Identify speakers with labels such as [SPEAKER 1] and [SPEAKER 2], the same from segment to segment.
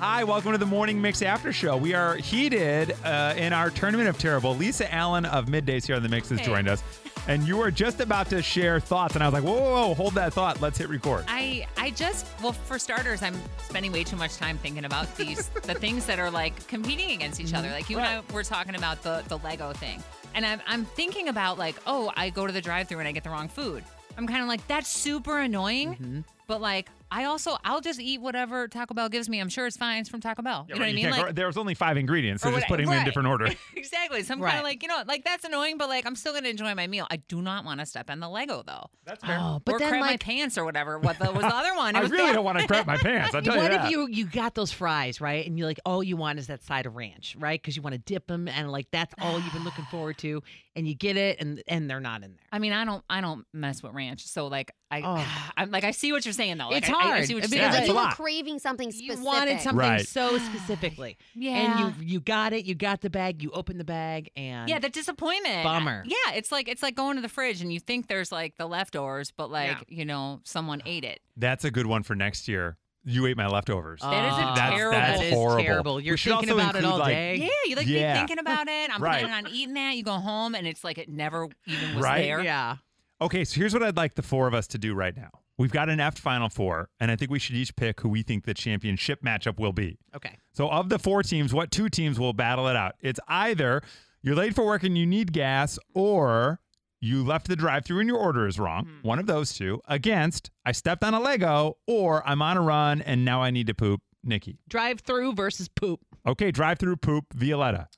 [SPEAKER 1] Hi, welcome to the Morning Mix After Show. We are heated uh, in our Tournament of Terrible. Lisa Allen of Middays here on the Mix has
[SPEAKER 2] Hey.
[SPEAKER 1] joined us, and you were just about to share thoughts, and I was like, whoa, whoa, whoa, hold that thought. Let's hit record.
[SPEAKER 2] I I just well for starters I'm spending way too much time thinking about these the things that are like competing against each
[SPEAKER 1] Mm-hmm.
[SPEAKER 2] other. Like you and I were talking about the the Lego thing. And I'm I'm thinking about like, oh, I go to the drive-through and I get the wrong food. I'm kind of like that's super annoying.
[SPEAKER 1] Mm-hmm.
[SPEAKER 2] But like I also I'll just eat whatever Taco Bell gives me. I'm sure it's fine. It's from Taco Bell. you know what I mean?
[SPEAKER 1] can't
[SPEAKER 2] Like
[SPEAKER 1] go- there was only five ingredients, so
[SPEAKER 2] or
[SPEAKER 1] just
[SPEAKER 2] what-
[SPEAKER 1] putting them in
[SPEAKER 2] right.
[SPEAKER 1] different order.
[SPEAKER 2] exactly. So I'm kind
[SPEAKER 3] Right.
[SPEAKER 2] of like, you know, like that's annoying, but like I'm still gonna enjoy my meal. I do not want to step on the Lego though.
[SPEAKER 1] That's fair.
[SPEAKER 3] Oh, but
[SPEAKER 2] or
[SPEAKER 3] then
[SPEAKER 2] crap my
[SPEAKER 3] like,
[SPEAKER 2] pants or whatever. What the, was the other one? It
[SPEAKER 1] I
[SPEAKER 2] was
[SPEAKER 1] really
[SPEAKER 2] bad.
[SPEAKER 1] don't want to crap my pants. I tell you
[SPEAKER 3] what
[SPEAKER 1] that.
[SPEAKER 3] if you you got those fries right, and you're like, all you want is that side of ranch, right? Because you want to dip them, and like that's all you've been looking forward to, and you get it, and and they're not in there.
[SPEAKER 2] I mean, I don't, I don't mess with ranch. So like, I,
[SPEAKER 3] Oh.
[SPEAKER 2] I'm like, I see what you're saying though. Like,
[SPEAKER 3] It's
[SPEAKER 2] I- I- I,
[SPEAKER 3] hard.
[SPEAKER 2] see what
[SPEAKER 3] I
[SPEAKER 2] you're
[SPEAKER 3] mean,
[SPEAKER 2] saying.
[SPEAKER 1] Yeah,
[SPEAKER 3] it's
[SPEAKER 1] it's
[SPEAKER 4] you
[SPEAKER 1] a
[SPEAKER 4] were
[SPEAKER 1] lot.
[SPEAKER 4] craving something specific.
[SPEAKER 3] You wanted something
[SPEAKER 1] Right.
[SPEAKER 3] so specifically,
[SPEAKER 2] yeah.
[SPEAKER 3] and you you got it, you got the bag, you open the bag, and
[SPEAKER 2] yeah, the disappointment.
[SPEAKER 3] Bummer.
[SPEAKER 2] Yeah, it's like it's like going to the fridge and you think there's like the leftovers, but like you know someone ate it.
[SPEAKER 1] That's a good one for next year. You ate my leftovers.
[SPEAKER 2] That is a
[SPEAKER 3] Oh,
[SPEAKER 2] That's- terrible-
[SPEAKER 3] That
[SPEAKER 2] that's
[SPEAKER 3] is
[SPEAKER 1] horrible.
[SPEAKER 3] terrible. You're
[SPEAKER 1] We should
[SPEAKER 3] thinking
[SPEAKER 1] also
[SPEAKER 3] about it
[SPEAKER 1] include,
[SPEAKER 3] all
[SPEAKER 1] like-
[SPEAKER 3] day.
[SPEAKER 2] Yeah, you like
[SPEAKER 1] Yeah.
[SPEAKER 2] be thinking about it. I'm
[SPEAKER 1] Right.
[SPEAKER 2] planning on eating that. You go home and it's like it never even was
[SPEAKER 1] Right?
[SPEAKER 2] there.
[SPEAKER 3] Yeah.
[SPEAKER 1] Okay, so here's what I'd like the four of us to do right now. We've got an F final four, and I think we should each pick who we think the championship matchup will be.
[SPEAKER 3] Okay.
[SPEAKER 1] So, of the four teams, what two teams will battle it out? It's either you're late for work and you need gas, or you left the drive through and your order is wrong.
[SPEAKER 4] Hmm.
[SPEAKER 1] One of those two against I stepped on a Lego, or I'm on a run and now I need to poop. Nikki.
[SPEAKER 3] Drive through versus poop.
[SPEAKER 1] Okay, drive through poop, Violetta.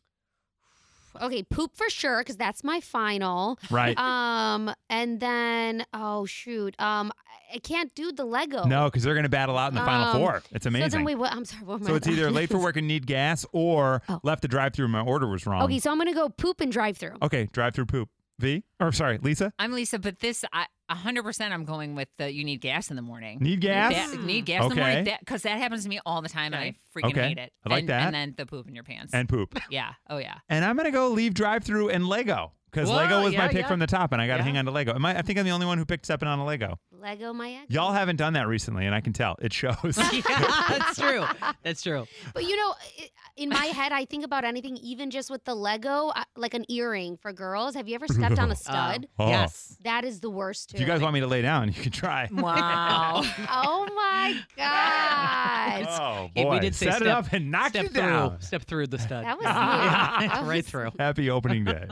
[SPEAKER 4] Okay, poop for sure because that's my final.
[SPEAKER 1] Right.
[SPEAKER 4] um, and then oh shoot, um, I- I can't do the Lego.
[SPEAKER 1] no, because they're going to battle out in the final
[SPEAKER 4] Oh. Um,
[SPEAKER 1] four. It's amazing.
[SPEAKER 4] So then wait, what? I'm sorry. What am
[SPEAKER 1] So
[SPEAKER 4] I-
[SPEAKER 1] it's either late for work and need gas or
[SPEAKER 4] Oh.
[SPEAKER 1] left the drive through my order was wrong.
[SPEAKER 4] okay, so I'm gonna go poop and drive through.
[SPEAKER 1] Okay, drive through poop. V or sorry, Lisa.
[SPEAKER 2] I'm Lisa, but this I 100% I'm going with the you need gas in the morning.
[SPEAKER 1] Need gas?
[SPEAKER 2] That- need gas in the
[SPEAKER 1] Okay.
[SPEAKER 2] morning because that, happens to me all the time and I freaking
[SPEAKER 1] Okay.
[SPEAKER 2] hate it.
[SPEAKER 1] I like
[SPEAKER 2] and,
[SPEAKER 1] that.
[SPEAKER 2] And then the poop in your pants.
[SPEAKER 1] And poop.
[SPEAKER 2] yeah. Oh yeah.
[SPEAKER 1] And I'm gonna go leave drive through and Lego. Because
[SPEAKER 3] Whoa,
[SPEAKER 1] Lego was my
[SPEAKER 3] yeah,
[SPEAKER 1] pick
[SPEAKER 3] yeah.
[SPEAKER 1] from the top, and I got to
[SPEAKER 3] Yeah.
[SPEAKER 1] hang on to Lego. Am I, I think I'm the only one who picked stepping on a Lego.
[SPEAKER 4] Lego my ex.
[SPEAKER 1] Y'all haven't done that recently, and I can tell. It shows.
[SPEAKER 3] yeah, that's true. That's true.
[SPEAKER 4] But you know, i- in my head, I think about anything, even just with the Lego, uh, like an earring for girls. Have you ever stepped on a stud?
[SPEAKER 1] Oh.
[SPEAKER 3] Uh, Yes.
[SPEAKER 4] that is the worst. Too.
[SPEAKER 1] if you guys want me to lay down, you can try.
[SPEAKER 2] Wow.
[SPEAKER 4] oh my god,
[SPEAKER 1] Oh
[SPEAKER 3] Yeah,
[SPEAKER 1] boy!
[SPEAKER 3] we did say
[SPEAKER 1] Set it
[SPEAKER 3] step-
[SPEAKER 1] up and knock
[SPEAKER 3] step
[SPEAKER 1] you
[SPEAKER 3] through.
[SPEAKER 1] down.
[SPEAKER 3] Step through the stud.
[SPEAKER 4] that was
[SPEAKER 3] Yeah,
[SPEAKER 4] weird. That
[SPEAKER 3] right
[SPEAKER 4] was-
[SPEAKER 3] through.
[SPEAKER 1] Happy opening day.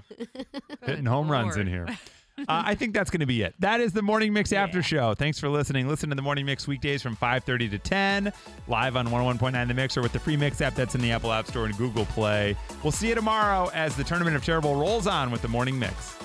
[SPEAKER 1] Hitting home runs in here. Uh, I think that's going to be it. That is the Morning Mix After Show. Thanks for listening. Listen to the Morning Mix weekdays from 5.30 to 10, live on 101.9 The Mix or with the free Mix app that's in the Apple App Store and Google Play. We'll see you tomorrow as the Tournament of Terrible rolls on with the Morning Mix.